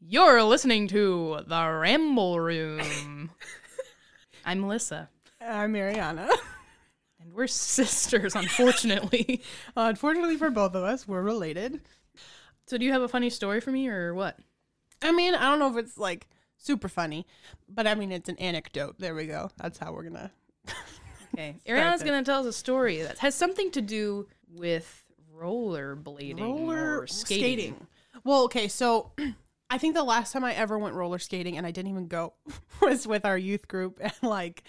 You're listening to The Ramble Room. I'm Alyssa, I'm Mariana. and we're sisters, unfortunately. Uh, Unfortunately for both of us, we're related. so, do you have a funny story for me or what? I mean, I don't know if it's like super funny, but I mean, it's an anecdote. There we go. That's how we're gonna. Okay. Ariana's it. going to tell us a story that has something to do with rollerblading or skating. Well, okay, so I think the last time I ever went roller skating and I didn't even go was with our youth group and like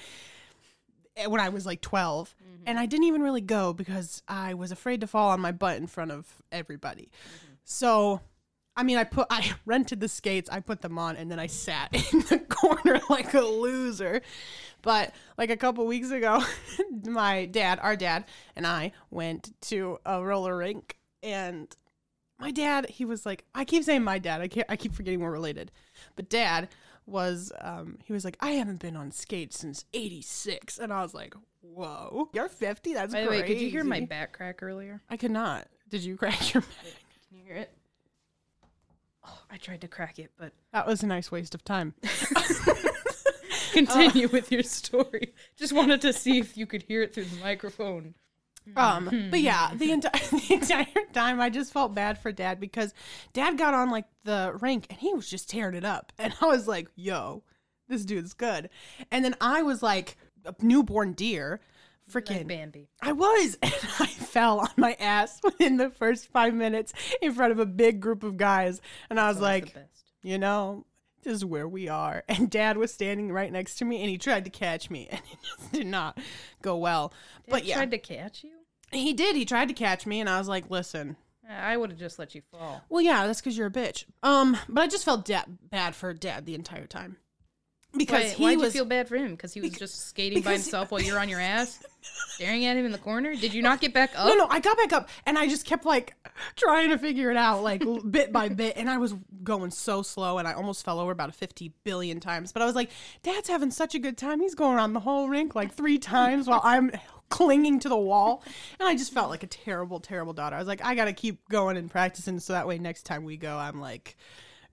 when I was like 12 and I didn't even really go because I was afraid to fall on my butt in front of everybody. So I mean I put I rented the skates, I put them on and then I sat in the corner like a loser. But like a couple weeks ago, my dad, our dad and I went to a roller rink and my dad he was like i keep saying my dad i can't i keep forgetting we're related but dad was um he was like i haven't been on skates since 86 and i was like whoa you're 50 that's By the way, could you hear my crazy." back crack earlier? i could not did you crack your back Can you hear it? Oh, I tried to crack it, but that was a nice waste of time continue with your story. Just wanted to see if you could hear it through the microphone. Hmm. Um, but yeah, the entire the entire time I just felt bad for dad because dad got on like the rink and he was just tearing it up, and I was like, "Yo, this dude's good," and then I was like a newborn deer, freaking. Bambi. I was, and I fell on my ass within the first five minutes in front of a big group of guys, and I was Always like, the best. you know, this is where we are. And dad was standing right next to me, and he tried to catch me, and it just did not go well. but They yeah. tried to catch you. He did. He tried to catch me, and I was like, "Listen, I would have just let you fall. well, yeah, that's because you're a bitch." Um, but I just felt da- bad for Dad the entire time because Why, he why'd was. you feel bad for him? Because he was just skating by because he- himself while you're on your ass, staring at him in the corner. Did you not get back up? no, no, I got back up and I just kept like trying to figure it out, like l- bit by bit. And I was going so slow and I almost fell over about 50 billion times. But I was like, Dad's having such a good time. He's going around the whole rink like three times while I'm clinging to the wall. And I just felt like a terrible, terrible daughter. I was like, I got to keep going and practicing so that way next time we go, I'm like,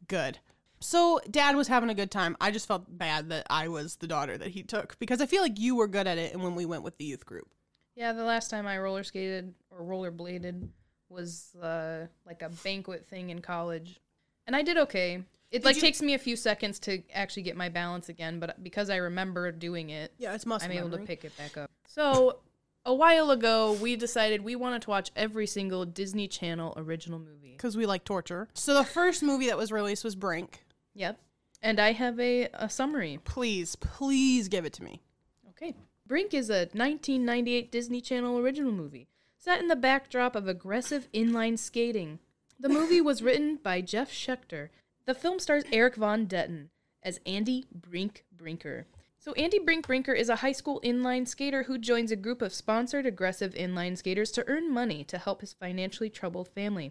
good. So dad was having a good time. I just felt bad that I was the daughter that he took because I feel like you were good at it and when we went with the youth group. Yeah, the last time I roller skated or rollerbladed was uh, like a banquet thing in college, and I did okay. It like you- takes me a few seconds to actually get my balance again, but because I remember doing it, Yeah, it's muscle I'm able to memory. pick it back up. So, a while ago, we decided we wanted to watch every single Disney Channel original movie. because we like torture. So the first movie that was released was Brink. Yep. And I have a, a summary. Please, please give it to me. Okay. Brink is a 1998 Disney Channel original movie set in the backdrop of aggressive inline skating. The movie was written by Jeff Schechter. The film stars Eric Von Detten as Andy Brink Brinker. So, Andy Brink Brinker is a high school inline skater who joins a group of sponsored aggressive inline skaters to earn money to help his financially troubled family.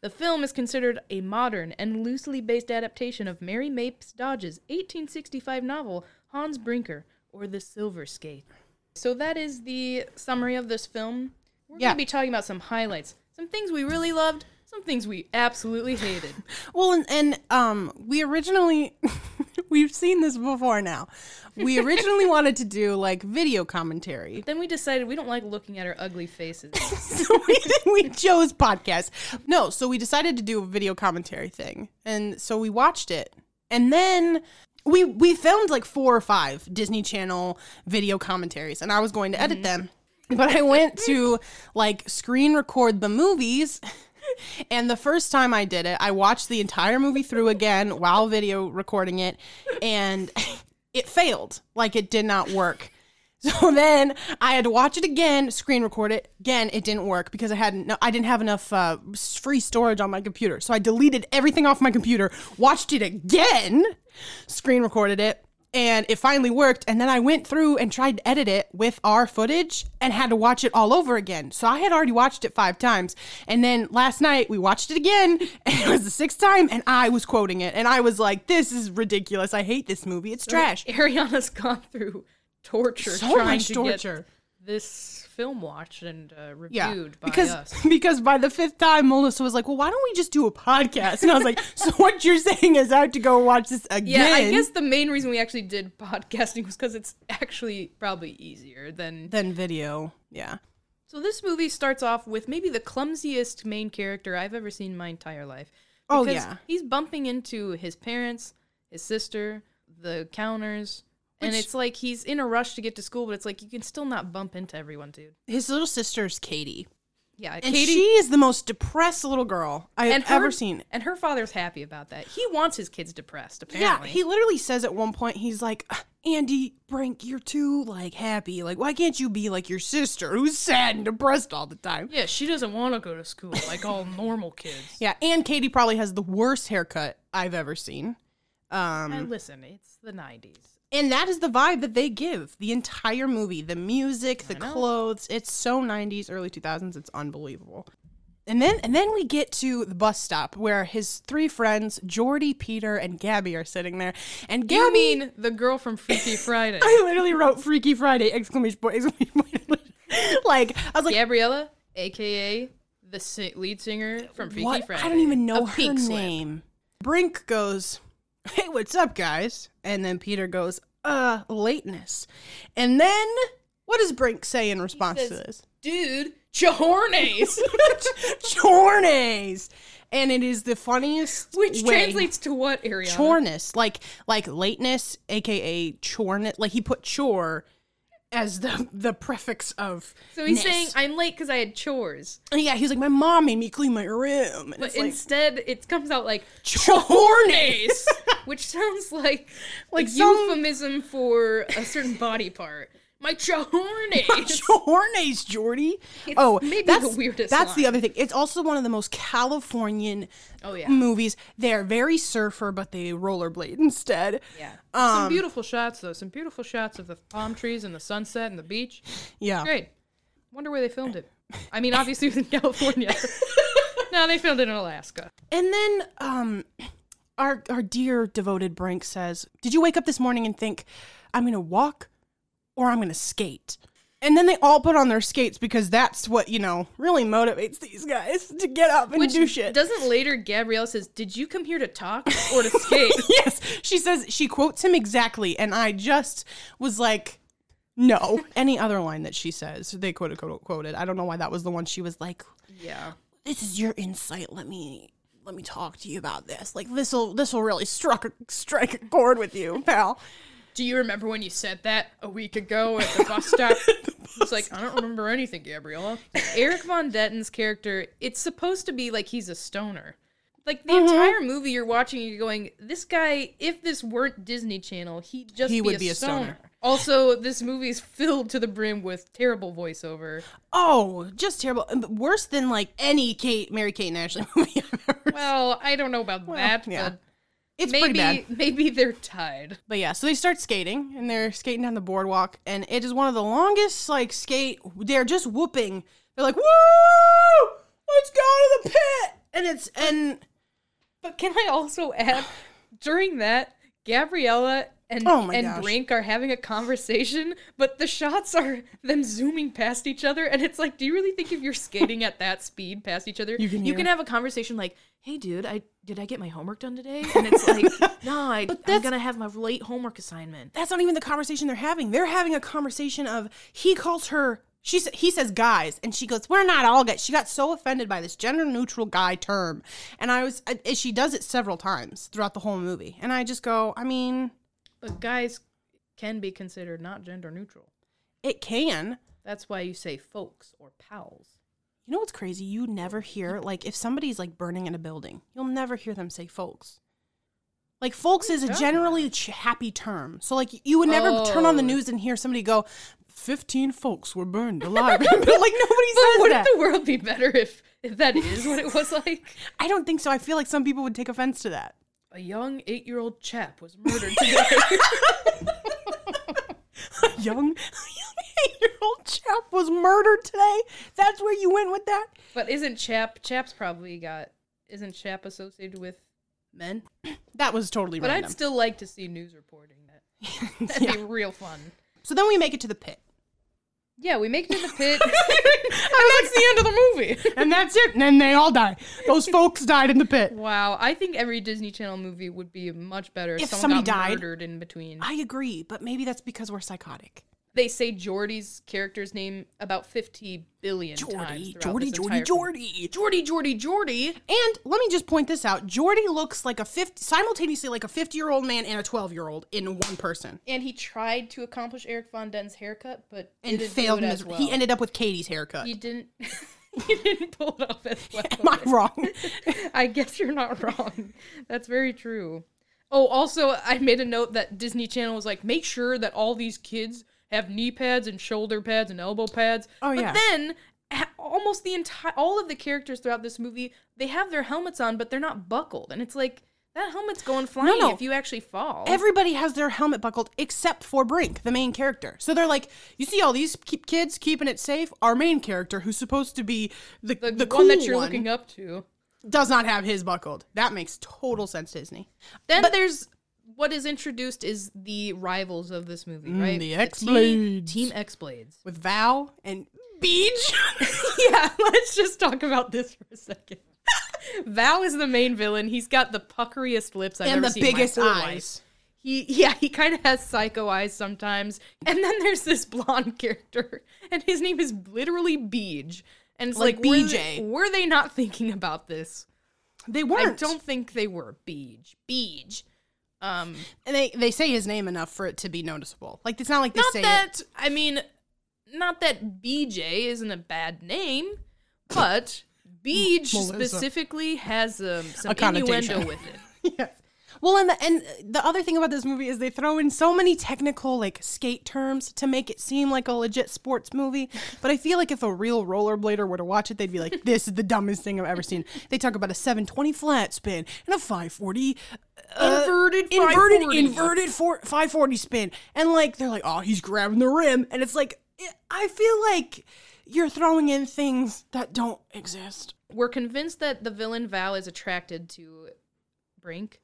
The film is considered a modern and loosely based adaptation of Mary Mapes Dodge's 1865 novel Hans Brinker or The Silver Skate. So that is the summary of this film. We're Yeah. going to be talking about some highlights, some things we really loved, some things we absolutely hated. Well, and, and um, we originally we've seen this before now. We originally wanted to do like video commentary. then we decided we don't like looking at our ugly faces. So we, we chose podcast. No, so we decided to do a video commentary thing. And so we watched it. And then we we filmed like four or five Disney Channel video commentaries and I was going to edit them. But I went to like screen record the movies. And the first time I did it, I watched the entire movie through again while video recording it and it failed. Like it did not work. So then I had to watch it again, screen record it again. It didn't work because I hadn't. No, I didn't have enough uh, s- free storage on my computer. So I deleted everything off my computer, watched it again, screen recorded it, and it finally worked. And then I went through and tried to edit it with our footage and had to watch it all over again. So I had already watched it five times. And then last night we watched it again, and it was the sixth time, and I was quoting it, and I was like, "This is ridiculous. I hate this movie. It's trash." Ariana's gone through torture So trying much to torture. get this film watched and uh, reviewed Yeah, by because us. because by the fifth time, Melissa was like, "Well, why don't we just do a podcast?" And I was like, "So what you're saying is I have to go watch this again?" Yeah, I guess the main reason we actually did podcasting was because it's actually probably easier than. then video. Yeah, So this movie starts off with maybe the clumsiest main character I've ever seen in my entire life. Oh, Because yeah. he's bumping into his parents, his sister, the counters, and Which- it's like he's in a rush to get to school, but it's like you can still not bump into everyone, dude. his little sister's Katie, Yeah, and Katie she is the most depressed little girl I have her- ever seen. And her father's happy about that. He wants his kids depressed, Yeah, apparently. he literally says at one point, he's like, Andy Brink, you're too like happy. Like, why can't you be like your sister who's sad and depressed all the time? yeah, she doesn't want to go to school like all normal kids. Yeah, and Katie probably has the worst haircut I've ever seen. Um, And listen, it's the 90s. and that is the vibe that they give the entire movie the music the know. clothes it's so 90s early 2000s it's unbelievable and then and then we get to the bus stop where his three friends jordy peter and gabby are sitting there and gabby You mean the girl from Freaky Friday? i literally wrote freaky friday exclamation point exclamation point like i was like Gabriella, aka the si- lead singer from Freaky what Friday. i don't even know of her Pink Slip. name brink goes hey what's up guys and then peter goes uh lateness and then what does brink say in response to says, this Dude, Chahornes, Chornes. And it is the funniest which way. translates to what, Ariana? chorness, like like lateness, aka chorn. Like he put chore as the the prefix of. so he's ness. saying I'm late because I had chores, And yeah, he was like, my mom made me clean my room, and but it's like instead it comes out like chornes. which sounds like Like like some- euphemism for a certain body part. My chahornes. Chornes, Jordy. oh, maybe that's the weirdest That's the line. other thing. It's also one of the most Californian Oh yeah, movies. They're very surfer, but they rollerblade instead. yeah. Um, some beautiful shots though. Some beautiful shots of the palm trees and the sunset and the beach. Yeah. Great. Wonder where they filmed it. I mean, obviously it was in California. no, they filmed it in Alaska. And then um our our dear devoted Brink says, "Did you wake up this morning and think I'm going to walk or I'm going to skate?" And then they all put on their skates because that's what, you know, really motivates these guys to get up and Which do shit. doesn't later Gabrielle says, "Did you come here to talk or to skate?" yes, she says she quotes him exactly and I just was like no. Any other line that she says, they quoted quoted. quoted. I don't know why that was the one she was like, yeah. this is your insight. Let me let me talk to you about this. Like this will this will really struck a, strike a chord with you, pal. Do you remember when you said that a week ago at the bus stop? It's like, I don't remember anything, Gabriella. Eric Von Detten's character, it's supposed to be like he's a stoner. Like Mm-hmm. the entire movie you're watching, you're going, this guy, if this weren't Disney Channel, he'd just He be, would a be a stoner. stoner. Also, this movie's filled to the brim with terrible voiceover. Oh, just terrible. And Worse than like any Kate Mary Kate and Ashley movie I've ever. seen. Well, I don't know about that, yeah. but It's pretty bad. maybe maybe they're tied. But yeah, so they start skating and they're skating down the boardwalk, and it is one of the longest like skate. They're just whooping. They're like, "Woo! Let's go to the pit!" And it's and But can I also add, during that, Gabriella and Oh my and gosh. Brink are having a conversation, but the shots are them zooming past each other, and it's like, do you really think if you're skating at that speed past each other, you can hear. have a conversation like, "Hey, dude, I did I get my homework done today?" And it's like, "No, I, I'm that's- gonna have my late homework assignment." that's not even the conversation they're having. They're having a conversation of he calls her she sa- he says guys and she goes we're not all guys. She got so offended by this gender neutral guy term, and I was and she does it several times throughout the whole movie, and I just go I mean But guys can be considered not gender neutral. it can. That's why you say folks or pals. You know what's crazy? You never hear like if somebody's like burning in a building, you'll never hear them say folks. Like folks is a does? generally ch- happy term. So like you would never turn on the Oh. news and hear somebody go 15 folks were burned alive. like nobody says that. Wouldn't the world be better if if that is what it was like? I don't think so. I feel like some people would take offense to that. A young eight-year-old chap was murdered today. A young, eight-year-old chap was murdered today. That's where you went with that. but isn't chap? Chap's probably got. Isn't chap associated with men? That was totally But random. I'd still like to see news reporting that. That'd be real fun. so then we make it to the pit. Yeah, we make it to the pit. I was That's the end of the movie. like, and that's it. And then they all die. Those folks died in the pit. Wow, I think every Disney Channel movie would be much better if, If someone somebody got died. murdered in between. I agree, but maybe that's because we're psychotic. They say Geordie's character's name about 50 billion times. Jordy, throughout Jordy, this Jordy, entire film. Jordy. Jordy, Jordy, Jordy. And let me just point this out. Jordy looks like a 50, simultaneously like a 50 year old man and a 12 year old in one person. And he tried to accomplish Eric Von Den's haircut, but And didn't do failed it as miserably. well. He ended up with Katie's haircut. He didn't. he didn't pull it off as well. Am I wrong? I guess you're not wrong. That's very true. Oh, also, I made a note that Disney Channel was like, make sure that all these kids have knee pads and shoulder pads and elbow pads. Oh, but yeah. then a- almost the entire all of the characters throughout this movie, they have their helmets on, but they're not buckled, and it's like that helmet's going flying no. if you actually fall. Everybody has their helmet buckled except for Brink, the main character. So they're like, you see all these keep kids keeping it safe. Our main character, who's supposed to be the, the, the, one that cool you're one, looking up to. does not have his buckled. That makes total sense, Disney. Then there's what is introduced is the rivals of this movie, right? Mm, the T- X-Blades. Team X Blades. With Val and Beach. yeah, let's just talk about this for a second. Val is the main villain. He's got the puckeriest lips I've and ever the seen in my biggest whole life. eyes. He yeah, he kind of has psycho eyes sometimes. And then there's this blonde character, and his name is literally Beej. And it's like, Like were BJ. they- Were they, not thinking about this? They I weren't. don't think they were. Beej, Beej. Um, And they they say his name enough for it to be noticeable. Like it's not like they not say that I mean, not that BJ isn't a bad name, but Beej Melissa. specifically has um, some A connotation. innuendo with it. it. Yeah. Well, and the, and the other thing about this movie is they throw in so many technical like skate terms to make it seem like a legit sports movie. But I feel like if a real rollerblader were to watch it, they'd be like, "This is the dumbest thing I've ever seen." They talk about a 720 flat spin and a 540 uh, Inverted inverted 540. inverted four, 540 spin, and like they're like, "Oh, he's grabbing the rim," and it's like, eh, I feel like you're throwing in things that don't exist. We're convinced that the villain Val is attracted to Brink.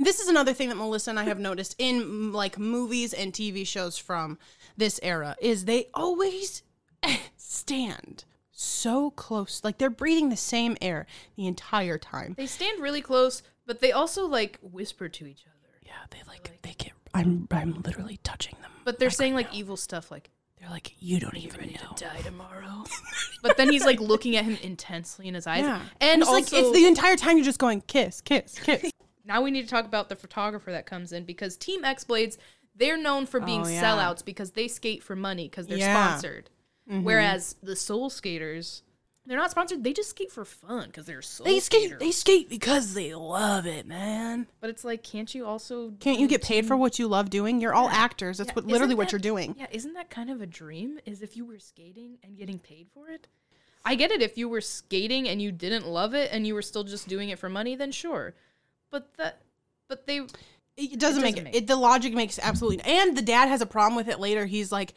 This is another thing that Melissa and I have noticed in m- like movies and TV shows from this era is they always stand so close. Like they're breathing the same air the entire time. They stand really close, but they also like whisper to each other. Yeah, they like they get I'm I'm literally touching them. But they're saying like evil stuff, like They're like you don't even know. die tomorrow. but then he's like looking at him intensely in his eyes, Yeah. and it's also like it's the entire time you're just going kiss, kiss, kiss. now we need to talk about the photographer that comes in because Team X Blades, they're known for being Oh, yeah. sellouts because they skate for money because they're Yeah. Mm-hmm. sponsored. Whereas the Soul Skaters, they're not sponsored. They just skate for fun because they're soul they skate skaters. they skate because they love it, man. but it's like, can't you also? Can't you get paid for what you love doing? You're all actors. That's what literally Isn't what that- you're doing. Yeah, isn't that kind of a dream? Is if you were skating and getting paid for it? I get it. If you were skating and you didn't love it and you were still just doing it for money, then sure. But that, but they It It doesn't, make, doesn't it, make it. The logic makes absolutely. And the dad has a problem with it later. He's like,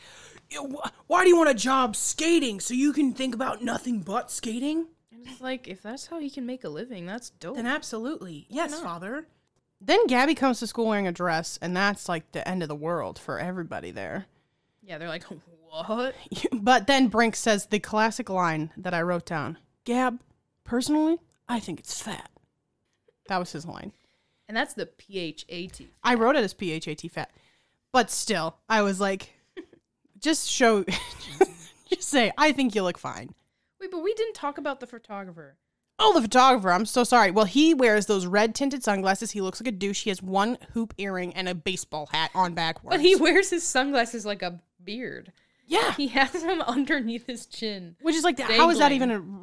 "You- wh- "Why do you want a job skating so you can think about nothing but skating?" And it's like, if that's how he can make a living, that's dope. Then absolutely, yes, father. Then Gabby comes to school wearing a dress, and that's like the end of the world for everybody there. yeah, they're like, what? But then Brink says the classic line that I wrote down: "Gab, personally, I think it's fat." That was his line. And that's the PHAT. I wrote it as P H A T fat, but still, I was like, just show, just say, I think you look fine. Wait, but we didn't talk about the photographer. Oh, the photographer. I'm so sorry. Well, he wears those red tinted sunglasses. He looks like a douche. He has one hoop earring and a baseball hat on backwards. But he wears his sunglasses like a beard. yeah, He has them underneath his chin. which is like, how is that dangling. even uh,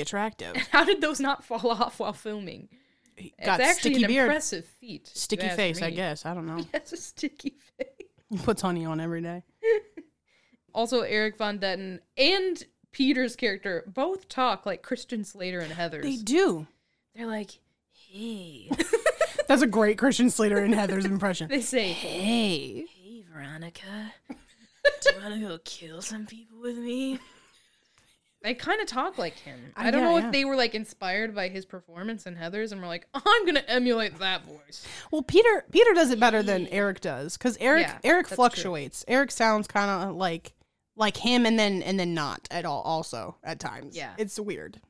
attractive? How did those not fall off while filming? He It's Got actually sticky an beard, impressive feat. if you sticky ask face. I me. guess I don't know. That's a sticky face. He puts honey on every day. Also, Eric Von Detten and Peter's character both talk like Christian Slater and Heather's. They do. They're like, hey. That's a great Christian Slater and Heather's impression. they say, Hey, Hey, Veronica. Do you want to go kill some people with me? They kind of talk like him. Uh, I don't yeah, know yeah. if they were like inspired by his performance and Heather's and were like, I'm going to emulate that voice. Well, Peter Peter does it better than Eric does because Eric Yeah, Eric that's true. fluctuates. Eric sounds kind of like like him and then and then not at all also at times Yeah. it's weird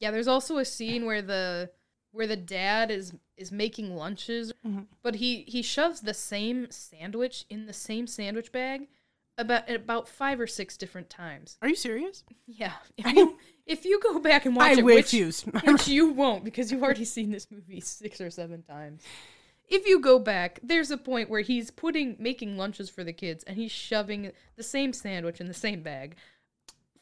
Yeah, there's also a scene where the where the dad is is making lunches, but he he shoves the same sandwich in the same sandwich bag about about five or six different times. are you serious Yeah. If you, if you go back and watch i it, which, refuse which you won't because you've already seen this movie six or seven times. If you go back, there's a point where he's putting making lunches for the kids and he's shoving the same sandwich in the same bag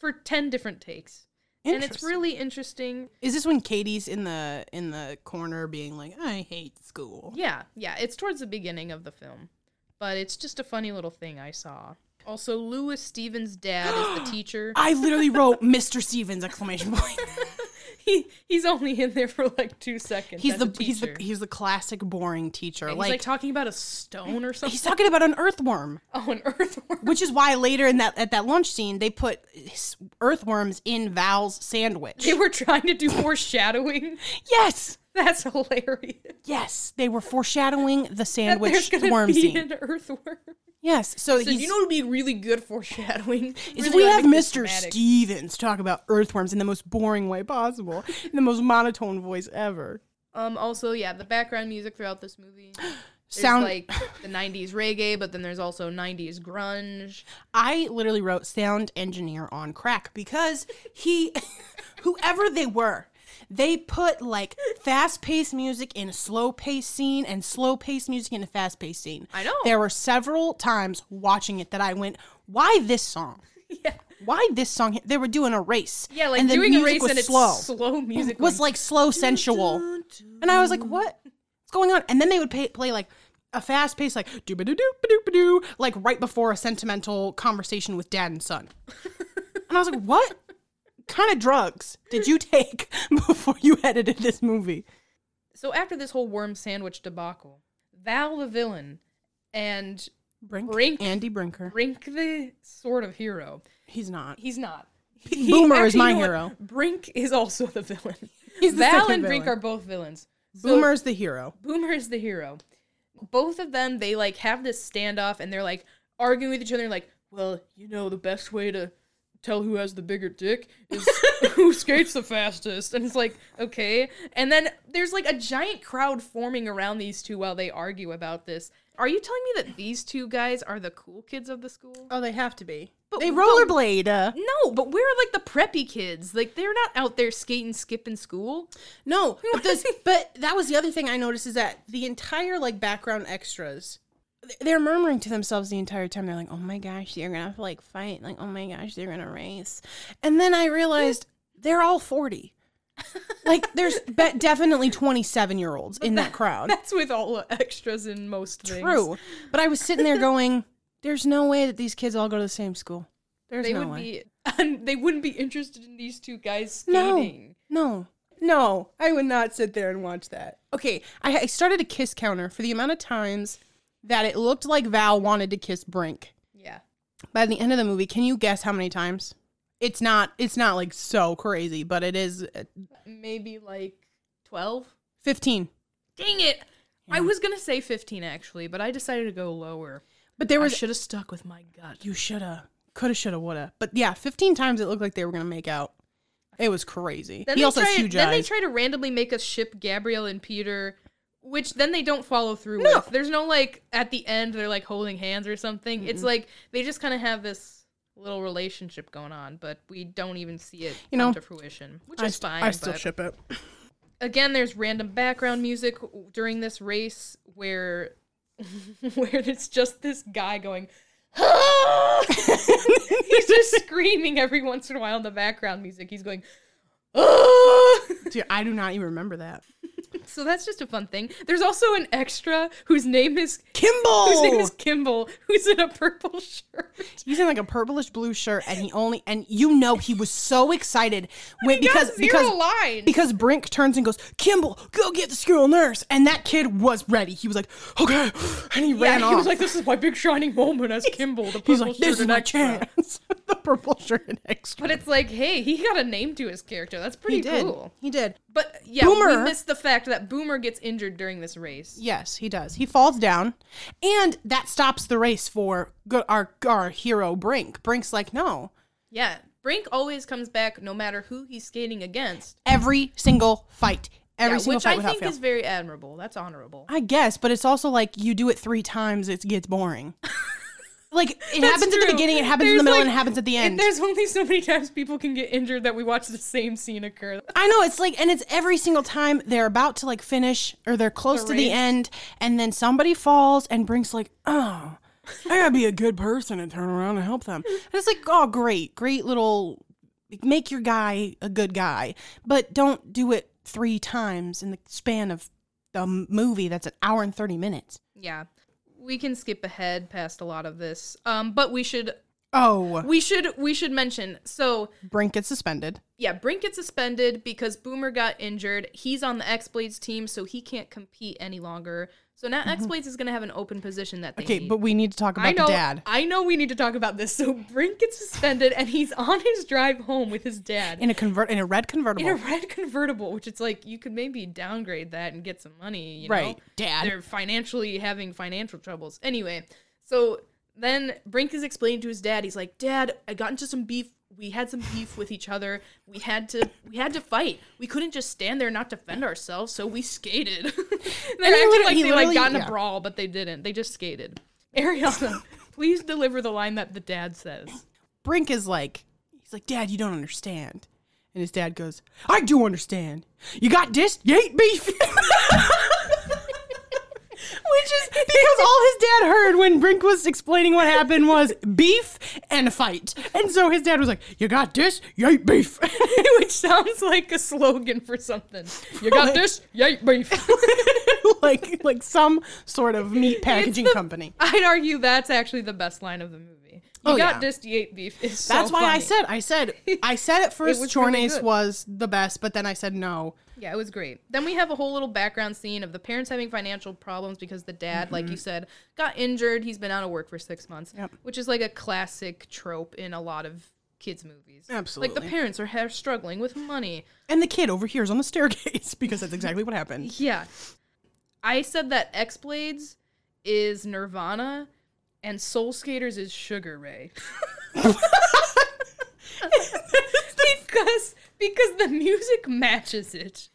for 10 different takes. And it's Interesting. really interesting. is this when katie's in the in the corner being like i hate school Yeah, yeah, it's towards the beginning of the film. But it's just a funny little thing I saw. Also, Lewis Stevens' dad is the teacher. i literally wrote mr stevens exclamation point He, he's only in there for like two seconds. he's as the a he's the teacher. he's the classic boring teacher And he's like, like, talking about a stone or something. he's talking about an earthworm oh, an earthworm. which is why later in that at that lunch scene they put s- earthworms in val's sandwich They were trying to do foreshadowing. yes That's hilarious. yes they were foreshadowing the That sandwich there's gonna worm be scene an earthworm. yes so, So he's you know, it'd be really good foreshadowing. Really is if we would have make this Mr. dramatic. Stevens talk about earthworms in the most boring way possible, in the most monotone voice ever. Um. Also, yeah, the background music throughout this movie. There's Sound like the '90s reggae, but then there's also '90s grunge. I literally wrote sound engineer on crack because he, whoever they were, they put like fast paced music in a slow paced scene and slow paced music in a fast paced scene. I know. There were several times watching it that I went, why this song? Yeah. Why this song? They were doing a race. Yeah, like and the doing a music race was and it's slow. slow music was like slow sensual. And I was like, what? What's going on? And then they would pay, play like a fast pace, like doo ba doo doo ba doo ba doo, like right before a sentimental conversation with dad and son. and I was like, what kind of drugs did you take before you edited this movie? So after this whole worm sandwich debacle, Val the villain and Brink. Brink. Andy Brinker. Brink the sort of hero. He's not. He's not. Boomer is my you know what? hero. Brink is also the villain. He's the Val second and Brink are villain. both villains. So Boomer's the hero. Boomer is the hero. Both of them, they like have this standoff and they're like arguing with each other. Like, well, you know, the best way to tell who has the bigger dick is who skates the fastest. And it's like, okay. And then there's like a giant crowd forming around these two while they argue about this. Are you telling me that these two guys are the cool kids of the school? Oh, they have to be. But- they but- rollerblade. Uh, No, but we're like the preppy kids. Like they're not out there skating, skipping school. No, but, this, but that was the other thing I noticed is that the entire like background extras, th- they're murmuring to themselves the entire time. They're like, "Oh my gosh, they're gonna have to like fight. Like, oh my gosh, they're gonna race." And then I realized they're all forty. like, there's be- definitely twenty-seven year olds in that crowd. That's with all the extras in most things. True, but I was sitting there going, "There's no way that these kids all go to the same school. There's They no would way. be and they wouldn't be interested in these two guys No. skating. No. No, I would not sit there and watch that. Okay, I, I started a kiss counter for the amount of times that it looked like Val wanted to kiss Brink. Yeah. By the end of the movie, can you guess how many times? It's not it's not like so crazy, but it is uh, Maybe like 12. 15. Dang it. I was going to say 15 actually, but I decided to go lower. But there I was should have stuck with my gut. you shoulda, coulda, shoulda, woulda. But yeah, 15 times it looked like they were going to make out. It was crazy. he they also try, has huge Then they eyes. try to randomly make us ship Gabrielle and Peter, which then they don't follow through No. with. There's no like at the end they're like holding hands or something. It's like they just kind of have this little relationship going on, but we don't even see it You come know, to fruition, which I, is st- fine. I still but- ship it. again there's random background music w- during this race where where it's just this guy going he's just screaming every once in a while in the background music he's going "Ah!" Dude, I do not even remember that. so that's just a fun thing there's also an extra whose name is Kimball! whose name is kimball who's in a purple shirt He's in like a purplish blue shirt, and he only and you know he was so excited when, He because got zero because lines. because Brink turns and goes, Kimball, go get the school nurse, and that kid was ready. He was like, okay, and he yeah, ran he off. was like this is my big shining moment as kimball the purple He's like, shirt this is and my extra." chance. the purple shirt and extra. but it's like hey he got a name to his character that's pretty He did. cool He did. But yeah, we Boomer- missed the fact that Boomer gets injured during this race. Yes, he does. He falls down, and that stops the race for go- our our hero Brink. Brink's like, no, Yeah. Brink always comes back no matter who he's skating against. every single fight, every Yeah, single which fight I without think fail. is very admirable. That's honorable. I guess, but it's also like you do it three times, it gets boring. like it happens at the true. beginning, it happens in the There's, middle, like- and it happens at the end. And there's only so many times people can get injured that we watch the same scene occur. I know it's like, and it's every single time they're about to like finish or they're close to the race. end, and then somebody falls, and Brink's like, oh, I gotta be a good person and turn around and help them. And it's like, oh, great, great little, make your guy a good guy, but don't do it three times in the span of the m- movie that's an hour and 30 minutes. Yeah. We can skip ahead past a lot of this. Um, but we should Oh, we should we should mention so Brink gets suspended. yeah, Brink gets suspended because Boomer got injured. He's on the X Blades team, so he can't compete any longer. So now X Blades is gonna have an open position that they Mm-hmm. Okay, need. but we need to talk about I know, the dad. I know we need to talk about this. So Brink gets suspended and he's on his drive home with his dad In a convert, in a red convertible, in a red convertible, which it's like you could maybe downgrade that and get some money, you know? Right, dad. They're financially having financial troubles. Anyway, so then Brink is explaining to his dad, he's like, Dad, I got into some beef we had some beef with each other. We had to we had to fight. We couldn't just stand there and not defend ourselves, so we skated. They're literally- acting like he they like literally- got in yeah. a brawl, but they didn't. They just skated. Ariana, please deliver the line that the dad says. Brink is like, he's like, Dad, you don't understand. And his dad goes, I do understand. You got dissed, you ate beef. Which is because all his dad heard when Brink was explaining what happened was beef and a fight. And so his dad was like, You got dissed, you ate beef. Which sounds like a slogan for something. You got this? Yay, beef. like like some sort of meat packaging the- company. I'd argue that's actually the best line of the movie. You Oh, got yeah. this, you ate beef. Is so That's why I funny. said I said I said at first was Chornace really good. was the best, but then I said no. Yeah, it was great. Then we have a whole little background scene of the parents having financial problems because the dad, like you said, got injured. He's been out of work for six months, Mm-hmm. Yep. which is like a classic trope in a lot of kids' movies. Like Absolutely. the parents are ha- struggling with money. And the kid over here is on the staircase because that's exactly what happened. Yeah. I said that X Blades is Nirvana and Soul Skaters is Sugar Ray. because because the music matches it.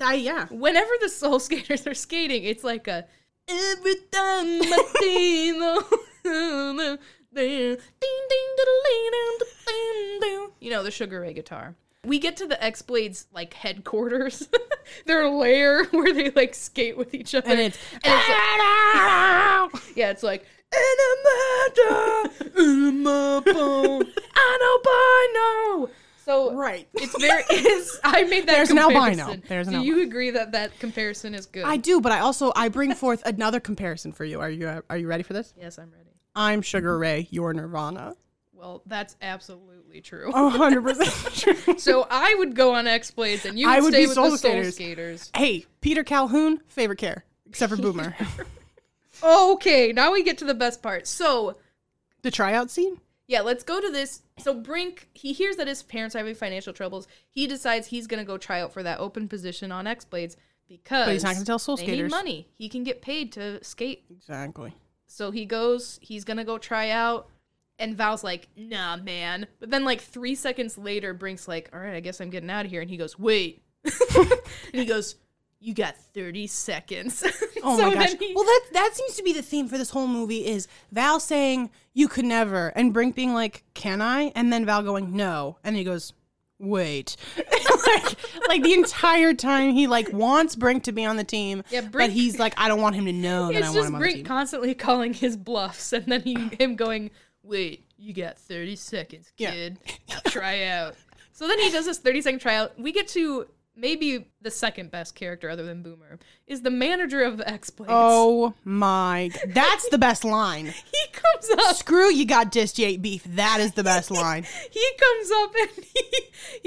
I, yeah. Whenever the Soul Skaters are skating, it's like a every time I think of you." Ding, ding, diddle, ding, ding, ding, ding. you know the Sugar Ray guitar. We get to the X Blades like headquarters, their lair where they like skate with each other, And it's- Ah! and it's like, yeah, it's like in a albino. So Right. it's very. It's, I made that. There's an comparison. albino. There's an Do you agree that that comparison is good? I do, but I also I bring forth another comparison for you. Are you are you ready for this? yes, I'm ready. I'm Sugar Ray, you're Nirvana. Well, that's absolutely true. 100% true. So I would go on X Blades, and you would, I would stay be with Soul the Skaters. Soul Skaters. Hey, Peter Calhoun, favorite care, except for Boomer. Okay, now we get to the best part. So the tryout scene? Yeah, let's go to this. So Brink, he hears that his parents are having financial troubles. He decides he's gonna go try out for that open position on X Blades because But he's not gonna tell Soul they Skaters. need money. He can get paid to skate. Exactly. So he goes. He's gonna go try out. And Val's like, nah, man. But then, like, three seconds later, Brink's like, all right, I guess I'm getting out of here. And he goes, wait. and he goes, you got 30 seconds. Oh So my gosh. then he- well, that that seems to be the theme for this whole movie is Val saying you could never and Brink being like, "Can I?" and then Val going, "No." And he goes, "Wait." like, like the entire time he like wants Brink to be on the team, Yeah, but Brink- he's like, "I don't want him to know that I It's want just him on the Brink team." constantly calling his bluffs, and then he him going, "Wait, you got thirty seconds, Yeah. kid. Try out." So then he does this thirty second trial. We get to maybe the second best character other than Boomer is the manager of the X Blades. Oh my! g- That's the best line. he comes up. Screw you, got dissed, you ate beef. That is the best line. He comes up and he,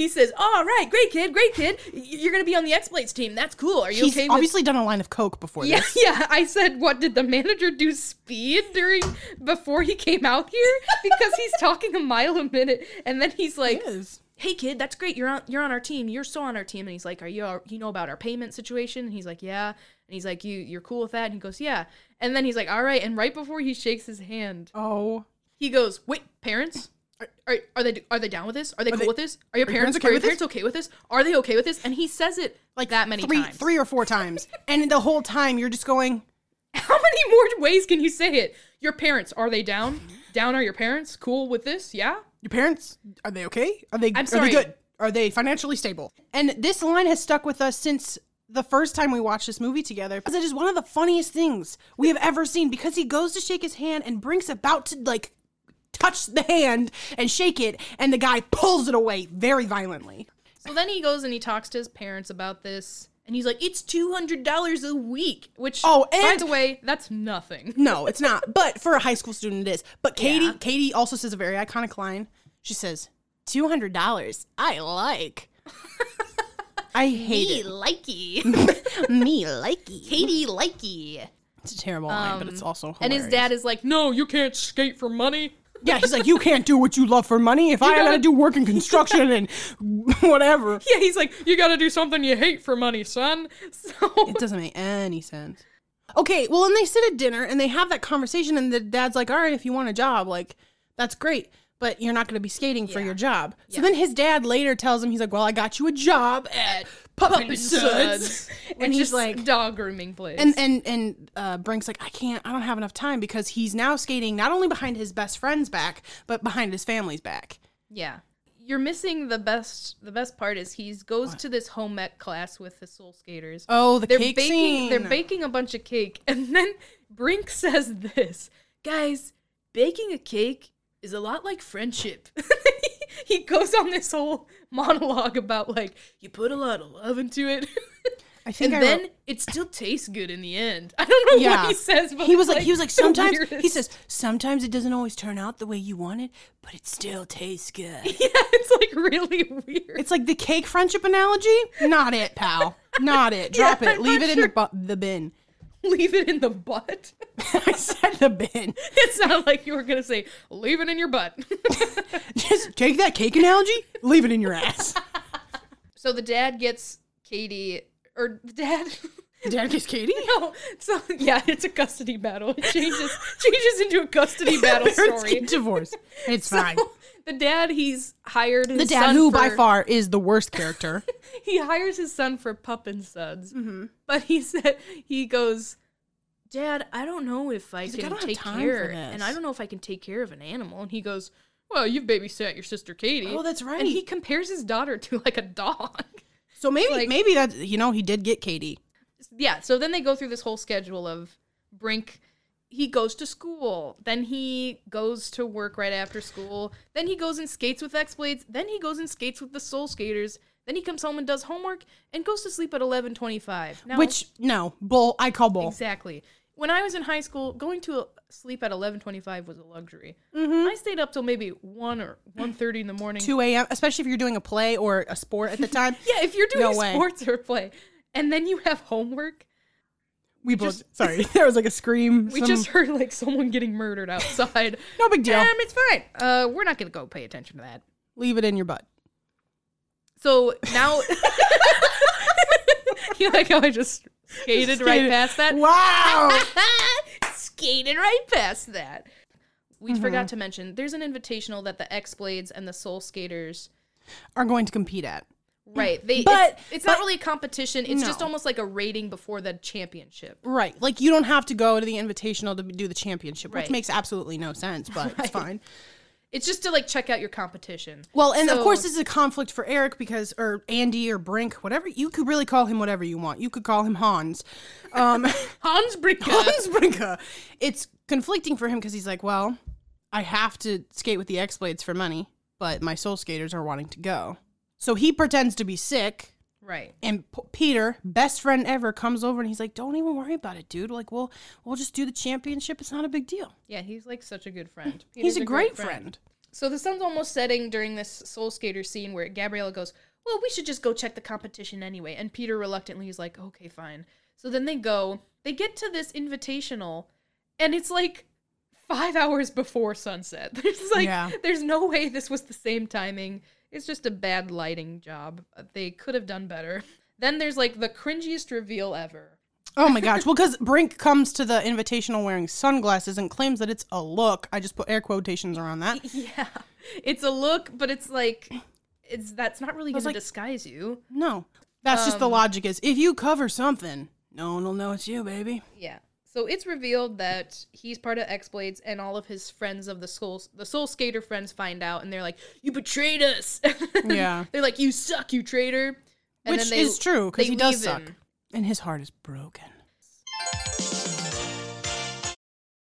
he says, "All right, great kid, great kid. Y- You're gonna be on the X Blades team. That's cool. Are you He's okay with obviously done a line of coke before Yeah, this. yeah. I said, what did the manager do speed during before he came out here? Because he's talking a mile a minute, and then he's like, Yes. "Hey kid, that's great. You're on you're on our team. You're so on our team." And he's like, "Are you all, you know about our payment situation?" And he's like, "Yeah." And he's like, "You you're cool with that?" And he goes, "Yeah." And then he's like, "All right." And right before he shakes his hand, Oh. he goes, "Wait, parents." Are, are, are they are they down with this? Are they cool they- with this? Are your parents, parents are okay your with this? parents okay with this? Are they okay with this? And he says it like that many three, times. Three or four times. and the whole time you're just going, How many more ways can you say it? Your parents are they down? Down are your parents? Cool with this? Yeah. Your parents, are they okay? Are they, I'm are sorry. they good? Are they financially stable? And this line has stuck with us since the first time we watched this movie together because it is one of the funniest things we have ever seen because he goes to shake his hand and Brink's about to like touch the hand and shake it and the guy pulls it away very violently. So then he goes and he talks to his parents about this, and he's like, "It's two hundred dollars a week," which Oh, by and- the way, that's nothing. No, it's not. But for a high school student, it is. But Katie, Katie also says a very iconic line. She says, $200, I like. I hate it. likey, Me likey. Katie likey, It's a terrible line, but it's also Um, and his dad is like, "No, you can't skate for money." Yeah, he's like, you can't do what you love for money. If I gotta, gotta- do work in construction and whatever, Yeah, he's like, "You got to do something you hate for money, son." So it doesn't make any sense. Okay, well, and they sit at dinner and they have that conversation, and the dad's like, all right, if you want a job, like that's great, but you're not gonna be skating for your job. So then his dad later tells him, he's like, well, I got you a job at Puppet and Suds, and he's like, dog grooming place, And and and uh, Brink's like, I can't, I don't have enough time because he's now skating not only behind his best friend's back, but behind his family's back. Yeah. You're missing the best the best part is he goes to this home ec class with the soul skaters. Oh, the they're cake baking scene. they're baking a bunch of cake and then Brink says this. Guys, baking a cake is a lot like friendship. he goes on this whole monologue about like you put a lot of love into it. I think And I then wrote- it still tastes good in the end. I don't know yeah, what he says, but he it's, was like, he was like, the sometimes he weirdest." says, sometimes it doesn't always turn out the way you want it, but it still tastes good. yeah, it's like really weird. it's like the cake friendship analogy. Not it, pal. Not it. Drop Yeah, it. I'm Leave not it in the bu- the bin. Leave it in the butt. I said the bin. It sounded like you were gonna say, "Leave it in your butt." Just take that cake analogy. Leave it in your ass. so the dad gets Katie, or the dad. Dad gets Katie. no, so yeah, it's a custody battle. It changes changes into a custody battle Parents story. get divorced. It's fine. The dad, he's hired his The dad, son who for, by far is the worst character. he hires his son for pup and suds, Mm-hmm. but he said he goes. Dad, I don't know if I He's like, "I can don't have take time care, for this." and I don't know if I can take care of an animal. And he goes, "Well, you've babysat your sister Katie." Oh, that's And he right. compares his daughter to like a dog. so maybe, like- maybe that you know he did get Katie. yeah, so then they go through this whole schedule of Brink. He goes to school, then he goes to work right after school, then he goes and skates with X Blades, then he goes and skates with the Soul Skaters, then he comes home and does homework and goes to sleep at eleven twenty five. Now, Which no bull. I call bull. exactly? When I was in high school, going to sleep at eleven twenty five was a luxury. Mm-hmm. I stayed up till maybe one or one thirty in the morning. 2 a.m., especially if you're doing a play or a sport at the time. Yeah, if you're doing No way. sports or play, and then you have homework. We both, sorry, there was like a scream. We just heard like someone getting murdered outside. no big deal. Um, it's fine. Uh, we're not gonna go pay attention to that. Leave it in your butt. So now, you like how I just skated right Skated. past that? Wow. skated right past that. We Mm-hmm. forgot to mention there's an invitational that the X Blades and the Soul Skaters. Are going to compete at. Right, they. Mm. But- it's, it's but- not really a competition. It's just No. almost like a rating before the championship. Right. Like you don't have to go to the invitational to do the championship, which Right. makes absolutely no sense, but it's fine. It's just to like check out your competition. Well, and of So- course, this is a conflict for Eric because, or Andy or Brink, whatever. You could really call him whatever you want. You could call him Hans. Um, Hans Brinker. Hans Brinker. It's conflicting for him because he's like, well, I have to skate with the X Blades for money, but my soul skaters are wanting to go. So he pretends to be sick. right. And P- Peter, best friend ever, comes over and he's like, "Don't even worry about it, dude. Like, we'll we'll just do the championship. It's not a big deal." Yeah, he's like such a good friend. he's Peter's a, great, friend. So the sun's almost setting during this soul skater scene where Gabriella goes, Well, we should just go check the competition anyway. And Peter reluctantly is like, Okay, fine. So then they go, they get to this invitational, and it's like five hours before sunset. There's like, Yeah. there's no way this was the same timing. It's just a bad lighting job. They could have done better. Then there's like the cringiest reveal ever. Oh my gosh. Well, because Brink comes to the invitational wearing sunglasses and claims that it's a look. I just put air quotations around that. Yeah. It's a look, but it's like it's that's not really going was to like- disguise you. No. That's just the logic is if you cover something, no one will know it's you, baby. Yeah. So it's revealed that he's part of X Blades, and all of his friends of the soul, the Soul Skater friends, find out, and they're like, "You betrayed us." Yeah. They're like, "You suck, you traitor." And Which is true because they he does leave suck. him. And his heart is broken.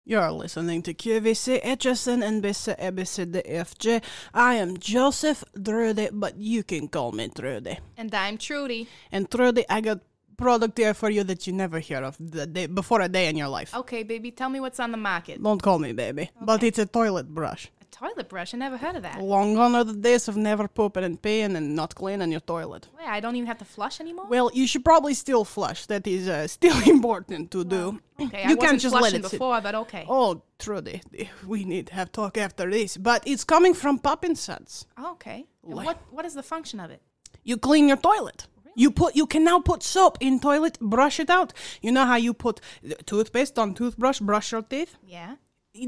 You're listening to QVC HSN NBC ABC DFJ. E I am Joseph Drudy, but you can call me Drudy. And I'm Trudy. And Trudy, I got product here for you that you never hear of the day, before a day in your life. Okay, baby, tell me what's on the market. Don't call me baby, but it's a toilet brush. A toilet brush. I never heard of that. Long gone are the days of never pooping and peeing and not cleaning your toilet. Wait, I don't even have to flush anymore. Well, you should probably still flush. That is uh, still important to do. Okay, I you wasn't can't just let flushing it sit. before, but okay. Oh, Trudy, we need to have talk after this. But it's coming from Poppin' Suds. Oh, Okay. And what what is the function of it? You clean your toilet. You put you can now put soap in toilet, brush it out. You know how you put the toothpaste on toothbrush, brush your teeth. Yeah.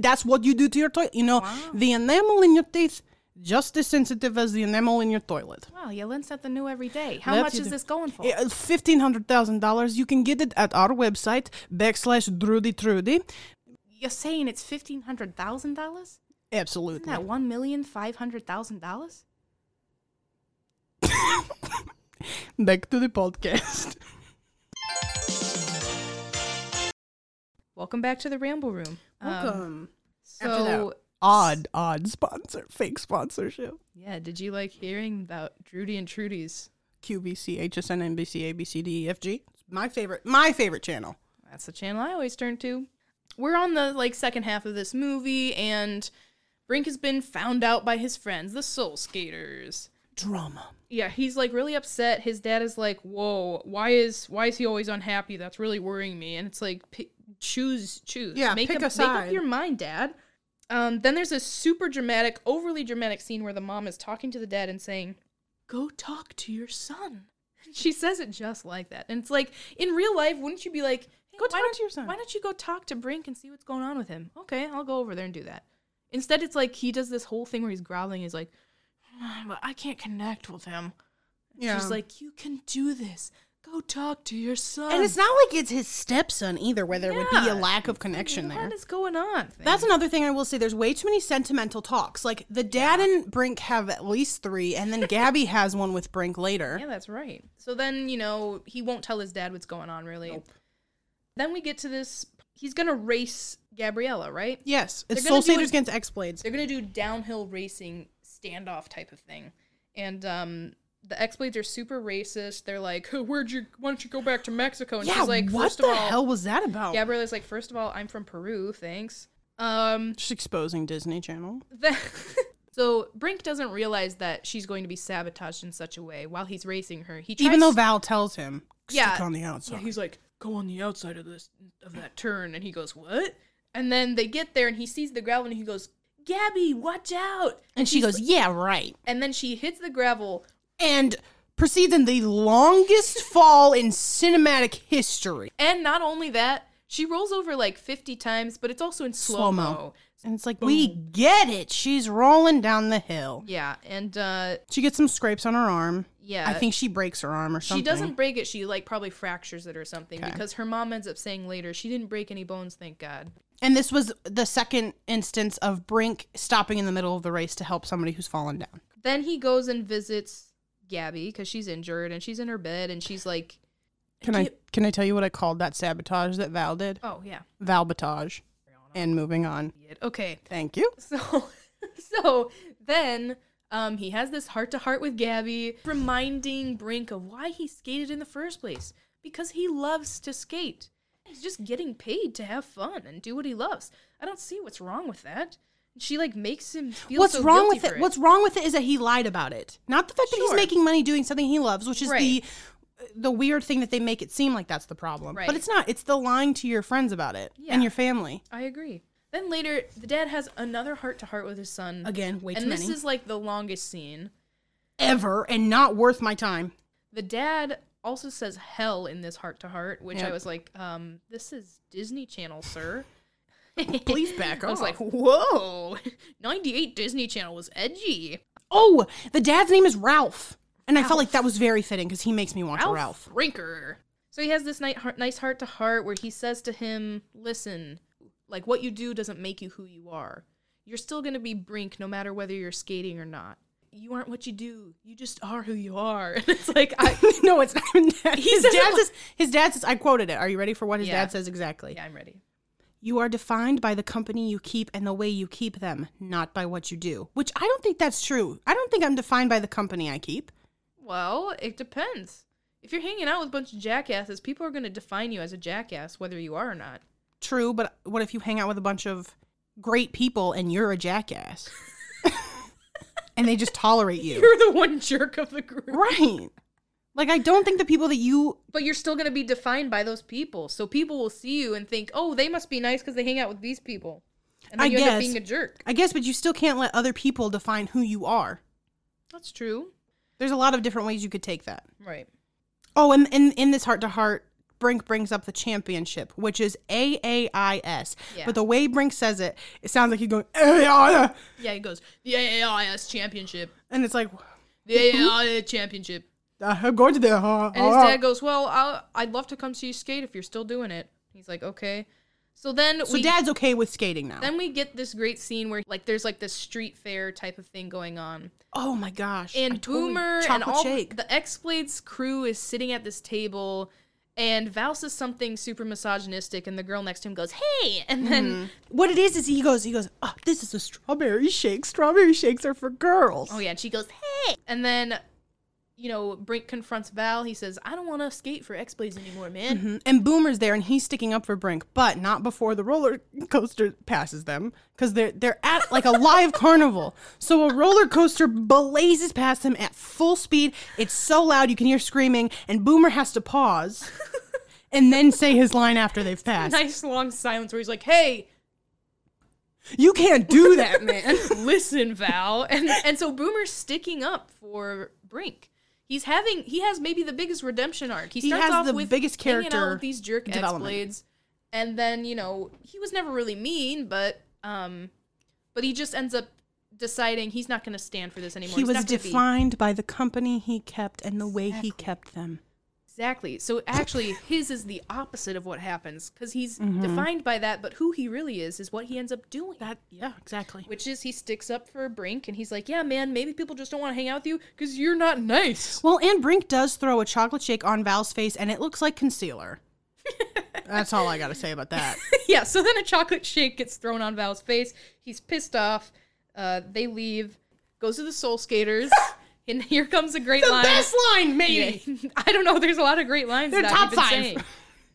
That's what you do to your toilet. You know, the enamel in your teeth just as sensitive as the enamel in your toilet. Wow, you learn something new every day. How That much you is do. this going for? Uh, Fifteen hundred thousand dollars. You can get it at our website backslash Drudy Trudy. You're saying it's fifteen hundred thousand dollars? Isn't Absolutely. that one million five hundred thousand dollars? Back to the podcast. Welcome back to the Ramble Room. Um, Welcome. After that so odd, odd sponsor, fake sponsorship. yeah, did you like hearing about Drudy and Trudy's? QVC, HSN, NBC, ABC, DEFG. It's E my favorite, my favorite channel. That's the channel I always turn to. We're on the like second half of this movie, and Brink has been found out by his friends, the Soul Skaters. Drama. Yeah, he's like really upset. His dad is like, "Whoa, why is why is he always unhappy? That's really worrying me." And it's like, p- choose, choose. Yeah, make pick up, a Make up side. your mind, dad. Um, then there's a super dramatic, overly dramatic scene where the mom is talking to the dad and saying, "Go talk to your son." She says it just like that, and it's like in real life, wouldn't you be like, hey, Go why talk don't- to your son. Why don't you go talk to Brink and see what's going on with him? Okay, I'll go over there and do that. Instead, it's like he does this whole thing where he's groveling. He's like, "Mm, "But I can't connect with him." Yeah. She's like, "You can do this. Go talk to your son." and it's not like it's his stepson either, where there would be Yeah. a lack of connection there. What is going on? thing. That's another thing I will say. There's way too many sentimental talks. Like the dad and Brink have at least three, and then Gabby has one with Brink later. yeah, that's right. So then you know he won't tell his dad what's going on really. Then we get to this. He's gonna race Gabriella, right? Yes, it's They're gonna Soul do Satyrs an- against X Blades. They're gonna do downhill racing standoff type of thing, and um. The X Blades are super racist. They're like, "Where'd you? Why don't you go back to Mexico?" And Yeah, she's like, what first of the all, hell was that about? Gabriella's like, first of all, I'm from Peru, thanks." Um, Just exposing Disney Channel. The- so Brink doesn't realize that she's going to be sabotaged in such a way while he's racing her. He tries Even though Val tells him, stick Yeah. on the Yeah, outside. he's like, go on the outside of this of that turn, and he goes, what? And then they get there, and he sees the gravel, and he goes, Gabby, watch out! and she goes, yeah, right. And then she hits the gravel. and proceeds in the longest fall in cinematic history. And not only that, she rolls over like 50 times, but it's also in slow Slow-mo. mo. And it's like, we get it. She's rolling down the hill. Yeah, and uh, She gets some scrapes on her arm. yeah. I think she breaks her arm or something. She doesn't break it. She like probably fractures it or something because her mom ends up saying later she didn't break any bones, thank God. And this was the second instance of Brink stopping in the middle of the race to help somebody who's fallen down. Then he goes and visits Gabby because she's injured and she's in her bed and she's like, Can I can I tell you what I called that sabotage that Val did? "Oh yeah, Valbatage. And moving on. idiot. okay." Thank you. So, so then um, he has this heart to heart with Gabby, reminding Brink of why he skated in the first place because he loves to skate. He's just getting paid to have fun and do what he loves. I don't see what's wrong with that. She like makes him feel What's so wrong guilty with it? for What's wrong with it is that he lied about it. Not the fact that he's Sure. making money doing something he loves, which is Right. the the weird thing that they make it seem like that's the problem. Right. But it's not. It's the lying to your friends about it Yeah. and your family. I agree. Then later, the dad has another heart to heart with his son Again, way and too this many. is like the longest scene ever and not worth my time. The dad also says hell in this heart to heart, which I Yep. was like, um, this is Disney Channel, sir. Please back I was off. like, whoa, 98 Disney Channel was edgy. Oh, the dad's name is Ralph. And I felt like that was very fitting because he makes me watch Ralph. Ralph Rinker. So he has this ni- heart- nice heart to heart where he says to him, "Listen, like what you do doesn't make you who you are. You're still going to be Brink no matter whether you're skating or not. You aren't what you do. You just are who you are." And it's like "Ah, I no, it's not. His dad, says it like- says, his dad says, I quoted it. Are you ready for what his Yeah. dad says exactly? Yeah, I'm ready. You are defined by the company you keep and the way you keep them, not by what you do. Which I don't think that's true. I don't think I'm defined by the company I keep. Well, it depends. If you're hanging out with a bunch of jackasses, people are going to define you as a jackass whether you are or not. True, but what if you hang out with a bunch of great people and you're a jackass? and they just tolerate you. You're the one jerk of the group. right. Like I don't think the people that you But you're still going to be defined by those people. So people will see you and think, "Oh, they must be nice because they hang out with these people," and then I you end up guess. being a jerk. I guess but you still can't let other people define who you are. That's true, There's a lot of different ways you could take that. right? Oh, and in in this heart to heart, Brink brings up the championship, which is A A I S. Yeah. But the way Brink says it, it sounds like he's going "AAIS," Yeah, he goes the AAIS championship, and it's like the AAIS championship, I'm going to the. Uh, and his dad goes, "Well, I'll, I'd love to come see you skate if you're still doing it." He's like, "Okay." So then so we dad's okay with skating now. then we get this great scene where like there's like this street fair type of thing going on, oh my gosh! I and totally- Boomer and chocolate all shake. the X Blades crew is sitting at this table, and Val says something super misogynistic, and the girl next to him goes, "Hey!" And then, what it is is he goes he goes oh this is a strawberry shake. Strawberry shakes are for girls. oh yeah, and she goes, "Hey!" And then, you know, Brink confronts Val. He says, "I don't want to skate for X Blades anymore, man." Mhm. And Boomer's there, and he's sticking up for Brink, but not before the roller coaster passes them, because they're they're at like a live carnival. So a roller coaster blazes past them at full speed. It's so loud you can hear screaming, and Boomer has to pause, and then say his line after they've passed. Nice long silence where he's like, "Hey." You can't do that, man. Listen, Val. And and so Boomer's sticking up for Brink. He's having he has maybe the biggest redemption arc. He He starts has off the with biggest hanging out character with these jerk X development. blades, and then you know he was never really mean, but um, but he just ends up deciding he's not going to stand for this anymore. He He's was not gonna be- defined by the company he kept and the way he kept them. exactly. So actually, his is the opposite of what happens because he's Mm-hmm. defined by that, but who he really is is what he ends up doing. That yeah, exactly. which is he sticks up for Brink and he's like, "Yeah, man, maybe people just don't want to hang out with you because you're not nice." Well, and Brink does throw a chocolate shake on Val's face, and it looks like concealer. That's all I got to say about that. yeah. So then a chocolate shake gets thrown on Val's face. He's pissed off. Uh, they leave. Goes to the Soul Skaters, and here comes a great line. line, Yeah. I don't know. There's a lot of great lines. They're that top I've been five. saying.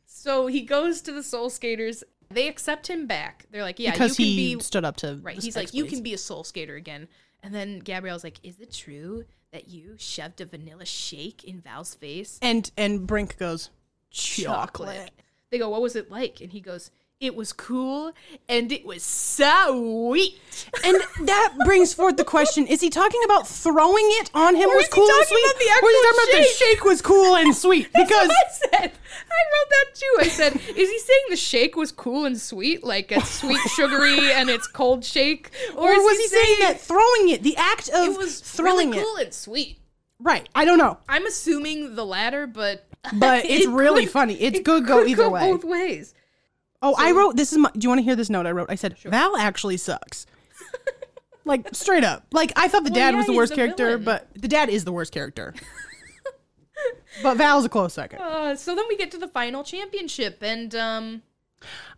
So he goes to the Soul Skaters. They accept him back. They're like, "Yeah, Because you can he be stood up to Right. the He's like, you X-Blades. can be a soul skater again. And then Gabrielle's like, is it true that you shoved a vanilla shake in Val's face? and and Brink goes chocolate. They go, what was it like? And he goes, it was cool and it was sweet. And that brings forth the question: Is he talking about throwing it on him was is he cool and talking sweet? about the or is he actual talking about the shake was cool and sweet? Because I said, I wrote that too. I said, is he saying the shake was cool and sweet? Like it's sweet, sugary, and it's cold shake? Or, or is was he saying that throwing it, the act of it was throwing really it, cool and sweet? right? I don't know, I'm assuming the latter, but but it's It really could- funny. It, it could go either go way. both ways. Oh, I wrote this is my. Do you want to hear this note I wrote? I said Val actually sucks. like straight up. Like I thought the dad yeah, was the he's worst the character, villain. but the dad is the worst character. but Val's a close second. Uh, so then we get to the final championship, and um,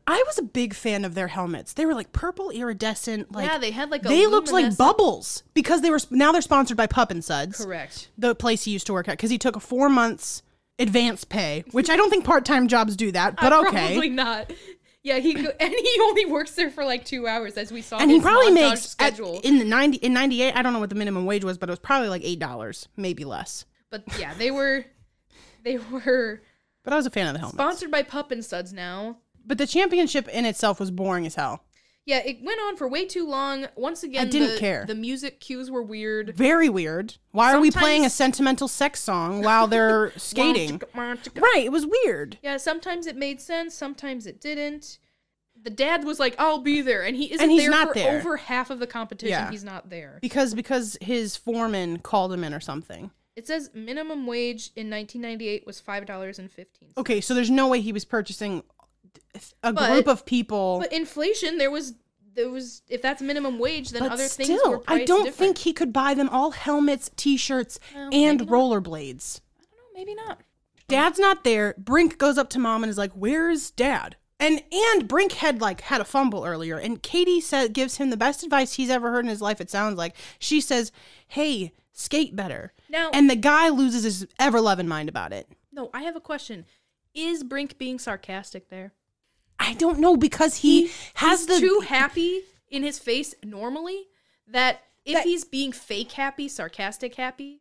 I was a big fan of their helmets. They were like purple iridescent. Like Yeah, they had, like, a they looked like luminescent- bubbles because they were sp- now they're sponsored by Pup and Suds, correct. the place he used to work at, because he took a four months advance pay, which I don't think part time jobs do that, but okay. Probably not. Yeah, he go- and he only works there for like two hours, as we saw. and he his probably montage makes at- schedule. in the 90 in 98 i don't know what the minimum wage was but it was probably like eight dollars maybe less but yeah, they were they were but i was a fan of the helmet sponsored by Pup and Suds now. but the championship in itself was boring as hell Yeah, it went on for way too long. Once again, didn't the, care. The music cues were weird. Very weird. Why are we Sometimes- playing a sentimental sex song while they're skating? right, it was weird. Yeah, sometimes it made sense, sometimes it didn't. The dad was like, "I'll be there," and he isn't And he's there not for there. over half of the competition. Yeah. He's not there. Because because his foreman called him in or something. It says minimum wage in 1998 was five dollars and fifteen. Okay, so there's no way he was purchasing a But- group of people. But inflation, there was there was if that's minimum wage, then But other still, things were priced I don't different. think he could buy them all helmets, t-shirts, Well, and maybe not. rollerblades. No, maybe not. Dad's not there. Brink goes up to mom and is like, "Where's dad?" And and Brink had like had a fumble earlier, and Katie says gives him the best advice he's ever heard in his life. It sounds like she says, "Hey, skate better." Now- and the guy loses his ever loving mind about it. No, I have a question. Is Brink being sarcastic there? I don't know because he, has He's the too happy in his face normally that if That- he's being fake happy, sarcastic happy,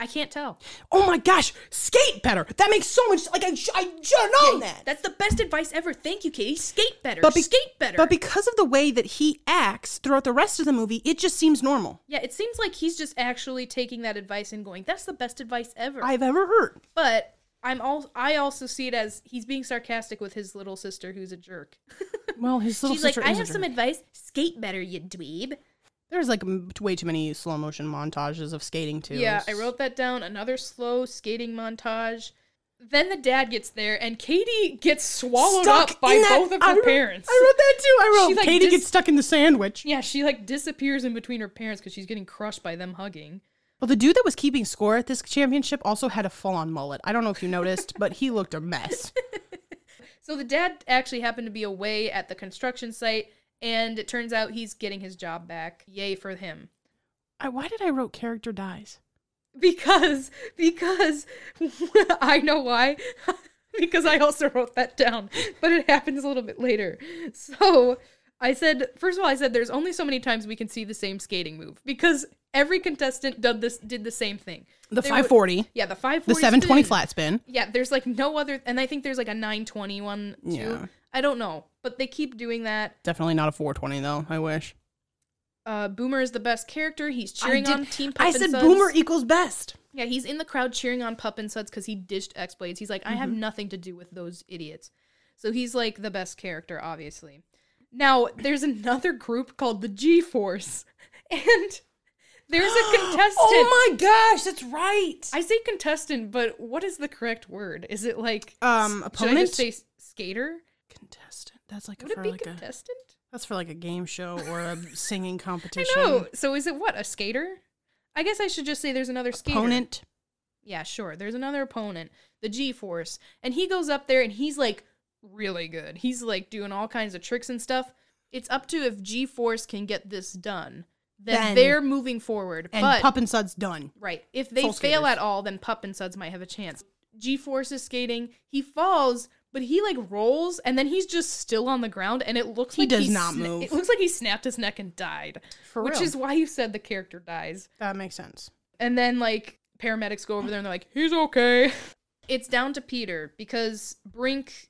I can't tell. oh my gosh, skate better. That makes so much like I sh- I should have known that. That's the best advice ever. Thank you, Katie. Skate better. be- Skate better. But because of the way that he acts throughout the rest of the movie, it just seems normal. yeah, it seems like he's just actually taking that advice and going, "That's the best advice ever." I've ever heard. but I'm all I also see it as he's being sarcastic with his little sister who's a jerk. Well, his little She's like, sister "I is a have some jerk. advice. Skate better, you dweeb." There's like m- way too many slow motion montages of skating too. Yeah, I It's- wrote that down. Another slow skating montage. Then the dad gets there, and Katie gets swallowed up by in that- both of I her wrote- parents. I wrote that too. I She, wrote like, Katie dis- gets stuck in the sandwich. yeah, she like disappears in between her parents because she's getting crushed by them hugging. Well, the dude that was keeping score at this championship also had a full on mullet. I don't know if you noticed, but he looked a mess. So the dad actually happened to be away at the construction site, and it turns out he's getting his job back. Yay for him. I, why did I wrote character dies? Because, because, I know why. because I also wrote that down, but it happens a little bit later. So I said, first of all, I said there's only so many times we can see the same skating move because every contestant did this, did the same thing. The There were- 540, Yeah, the five. the 720 flat spin. Yeah, there's like no other, and I think there's like a 920 one too. Yeah. I don't know, but they keep doing that. Definitely not a 420 though. I wish. Uh, Boomer is the best character. He's cheering I did- on Team Pup I and said Suds. Boomer equals best. Yeah, he's in the crowd cheering on Pup and Suds because he dished X Blades. He's like, I Mm-hmm. have nothing to do with those idiots. So he's like the best character, obviously. Now, there's another group called the G Force, and there's a contestant. Oh my gosh, that's right. I say contestant, but what is the correct word? Is it like Um, s- Should I opponent? just say s- skater? contestant. That's like Would for it be like a contestant? that's for like a game show or a singing competition. No. So is it what a skater? I guess I should just say there's another skater. Opponent. Yeah, sure. There's another opponent, the G Force, and he goes up there and he's like really good. He's like doing all kinds of tricks and stuff. It's up to if G Force can get this done, then, Then- they're moving forward. And but Pup and Sud's done. right, if they Soul fail skaters. at all, then Pup and Suds might have a chance. G Force is skating. He falls, but he like rolls and then he's just still on the ground, and it looks He like does not sna- move. It looks like he snapped his neck and died, For which real. is why you said the character dies. That makes sense. And then like paramedics go over there and they're like, he's okay. It's down to Peter because Brink,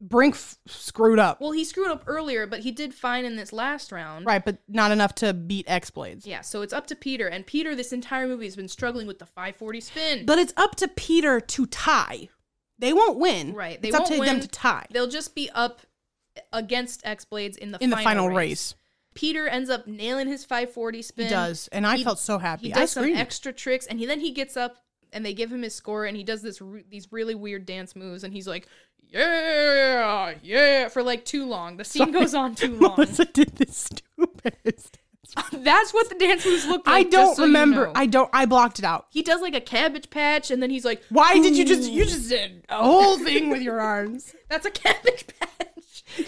Brink f- screwed up. well, he screwed up earlier, but he did fine in this last round. right, but not enough to beat X Blades. Yeah, so it's up to Peter. And Peter, this entire movie, has been struggling with the 540 spin. But it's up to Peter to tie. They won't win. right. They it's up won't to win. them to tie They'll just be up against X Blades in the in the final final race. race. Peter ends up nailing his 540 spin. He does. And I He- felt so happy. He I does some screamed. extra tricks, and he then he gets up and they give him his score, and he does this re- these really weird dance moves, and he's like, "Yeah, yeah," for like too long. The scene goes on too long. Melissa did the stupidest. That's what the dance moves look like. I don't just so you remember. know. I don't I blocked it out. he does like a cabbage patch, and then he's like, Why did you just you "Ooh, just did a whole thing with your arms? That's a cabbage patch."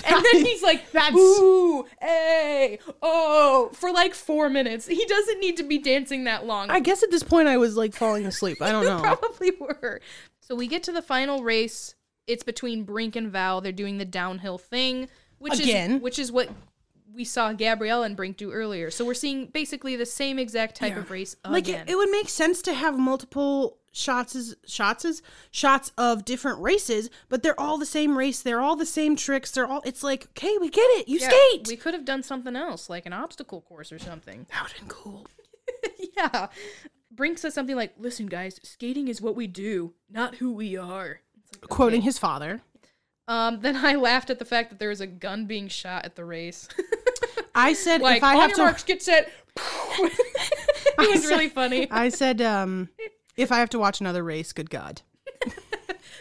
And then he's like, That's- ooh, hey, oh, for like four minutes. He doesn't need to be dancing that long. I guess at this point I was like falling asleep. I don't You know. probably were. So we get to the final race. It's between Brink and Val. They're doing the downhill thing, which Again. is which is what we saw Gabrielle and Brink do earlier. So we're seeing basically the same exact type of race again. Like it, it would make sense to have multiple shots is shots is shots of different races, but they're all the same race. They're all the same tricks. They're all. It's like, okay, we get it. You Yeah, skate. We could have done something else, like an obstacle course or something. that would have been cool. yeah. Brink says something like, "Listen, guys, skating is what we do, not who we are." It's like, Quoting his father. Um, then I laughed at the fact that there was a gun being shot at the race. I said, like, if I on have your to, marks, get set. it I was said- really funny. I said, um, if I have to watch another race, good God.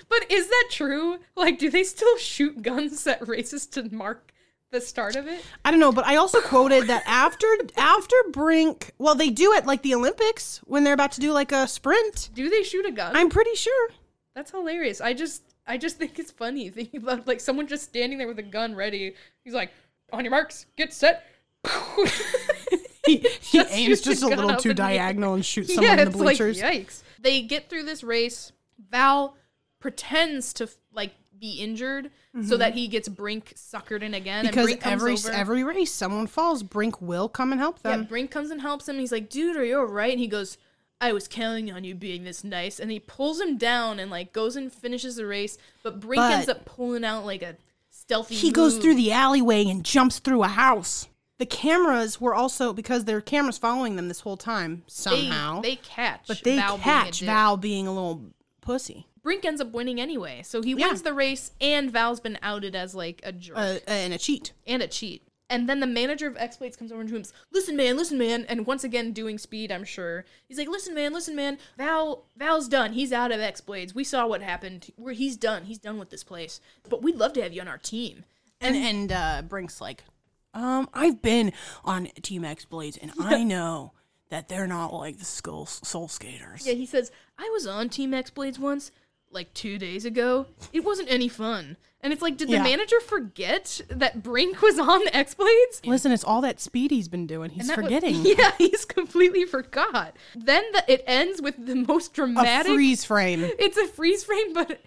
But is that true? Like, do they still shoot guns at races to mark the start of it? I don't know, but I also quoted that after after Brink, well, they do it like the Olympics when they're about to do like a sprint. Do they shoot a gun? I'm pretty sure. That's hilarious. I just, I just think it's funny thinking about like someone just standing there with a gun ready. He's like, "On your marks, get set." He, he Just aims shoots just a his gun little up too in the air. diagonal and shoots someone in the bleachers. Like, yikes. They get through this race. Val pretends to like be injured so that he gets Brink suckered in again. and Mm-hmm. because Brink comes every over. every race someone falls, Brink will come and help yeah, them. Brink comes and helps him. He's like, dude, are you alright? And he goes, I was counting on you being this nice. And he pulls him down and like goes and finishes the race. But Brink But- ends up pulling out like a stealthy He goes move. through the alleyway and jumps through a house. The cameras were also because there were cameras following them this whole time they, somehow. they catch but they Val being a catch dick. Val being a little pussy, Brink ends up winning anyway. So he Yeah. wins the race and Val's been outed as like a jerk. uh, and a cheat. and a cheat. And then the manager of X Blades comes over to him. Listen, man, listen, man. And once again, doing speed, I'm sure. He's like, listen, man, listen, man. Val, Val's done. He's out of X Blades. We saw what happened. Where he's done. He's done with this place. But we'd love to have you on our team. And and uh, Brink's like, um, I've been on Team X Blades, and I know that they're not like the skull soul skaters. Yeah, he says, I was on Team X Blades once, like two days ago. It wasn't any fun. And it's like, did Yeah. the manager forget that Brink was on X Blades? Listen, it's all that speed he's been doing. He's That was- forgetting. yeah, he's completely forgot. Then the, it ends with the most A dramatic. freeze frame. it's a freeze frame, but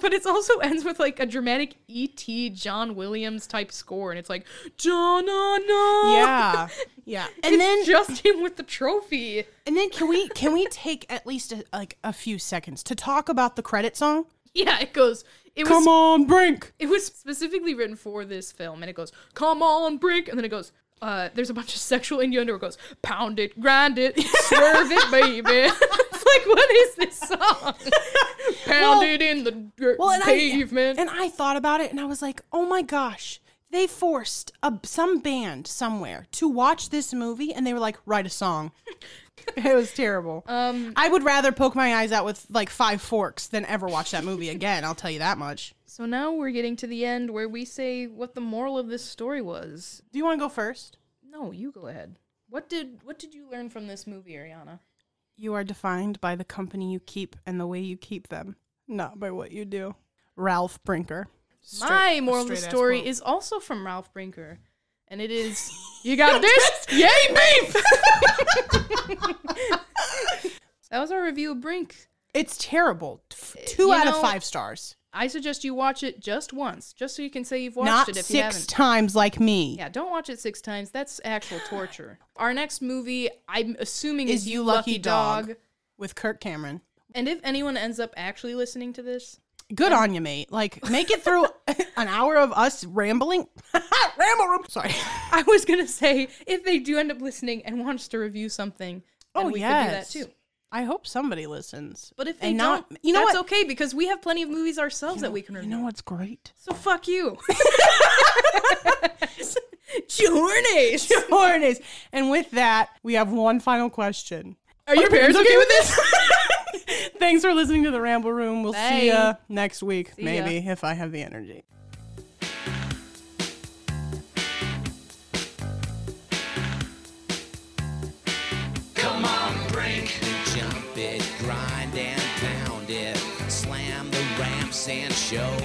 but it also ends with like a dramatic E.T. John Williams type score, and it's like John, no, no, Yeah, yeah. And and then then just him with the trophy. And then can we can we take at least a, like a few seconds to talk about the credit song? Yeah, it goes. It was on, Brink. it was specifically written for this film, and it goes, "Come on, break," and then it goes. Uh, there's a bunch of sexual innuendo. where It goes, pound it, grind it, serve it, baby. it's like, what is this song? pound Well- it in the dirt Well, and pavement. I and I thought about it and I was like, "Oh my gosh, they forced a, some band somewhere to watch this movie and they were like, write a song." it was terrible. Um I would rather poke my eyes out with like five forks than ever watch that movie again, I'll tell you that much. so now we're getting to the end where we say what the moral of this story was. Do you want to go first? No, you go ahead. What did what did you learn from this movie, Ariana? You are defined by the company you keep and the way you keep them, not by what you do. Ralph Brinker. My moral of the straight-ass story quote. is also from Ralph Brinker, and it is you got this, yay beef. that was our review of Brink. It's terrible. F- Two Uh, you out know, of five stars. I suggest you watch it just once, just so you can say you've watched Not it if you six haven't. times like me. yeah, don't watch it six times. That's actual torture. Our next movie, I'm assuming, Is is, You Lucky, Dog. With Kirk Cameron. And if anyone ends up actually listening to this, Good on you, mate. Like, make it through an hour of us rambling. Ramble room. Sorry. I was gonna say if they do end up listening and wants to review something, then Oh, we yes. could do that too. I hope somebody listens. But if they And don't, you know that's what? okay because we have plenty of movies ourselves that we can You review. know what's great? So fuck you. Journeys. Hornets. And with that, we have one final question. Are your parents okay with this? Thanks for listening to the Ramble Room. We'll Bye. see you next week, ya. maybe, if I have the energy. Come on, Brink. Jump it, grind and pound it. Slam the ramps and show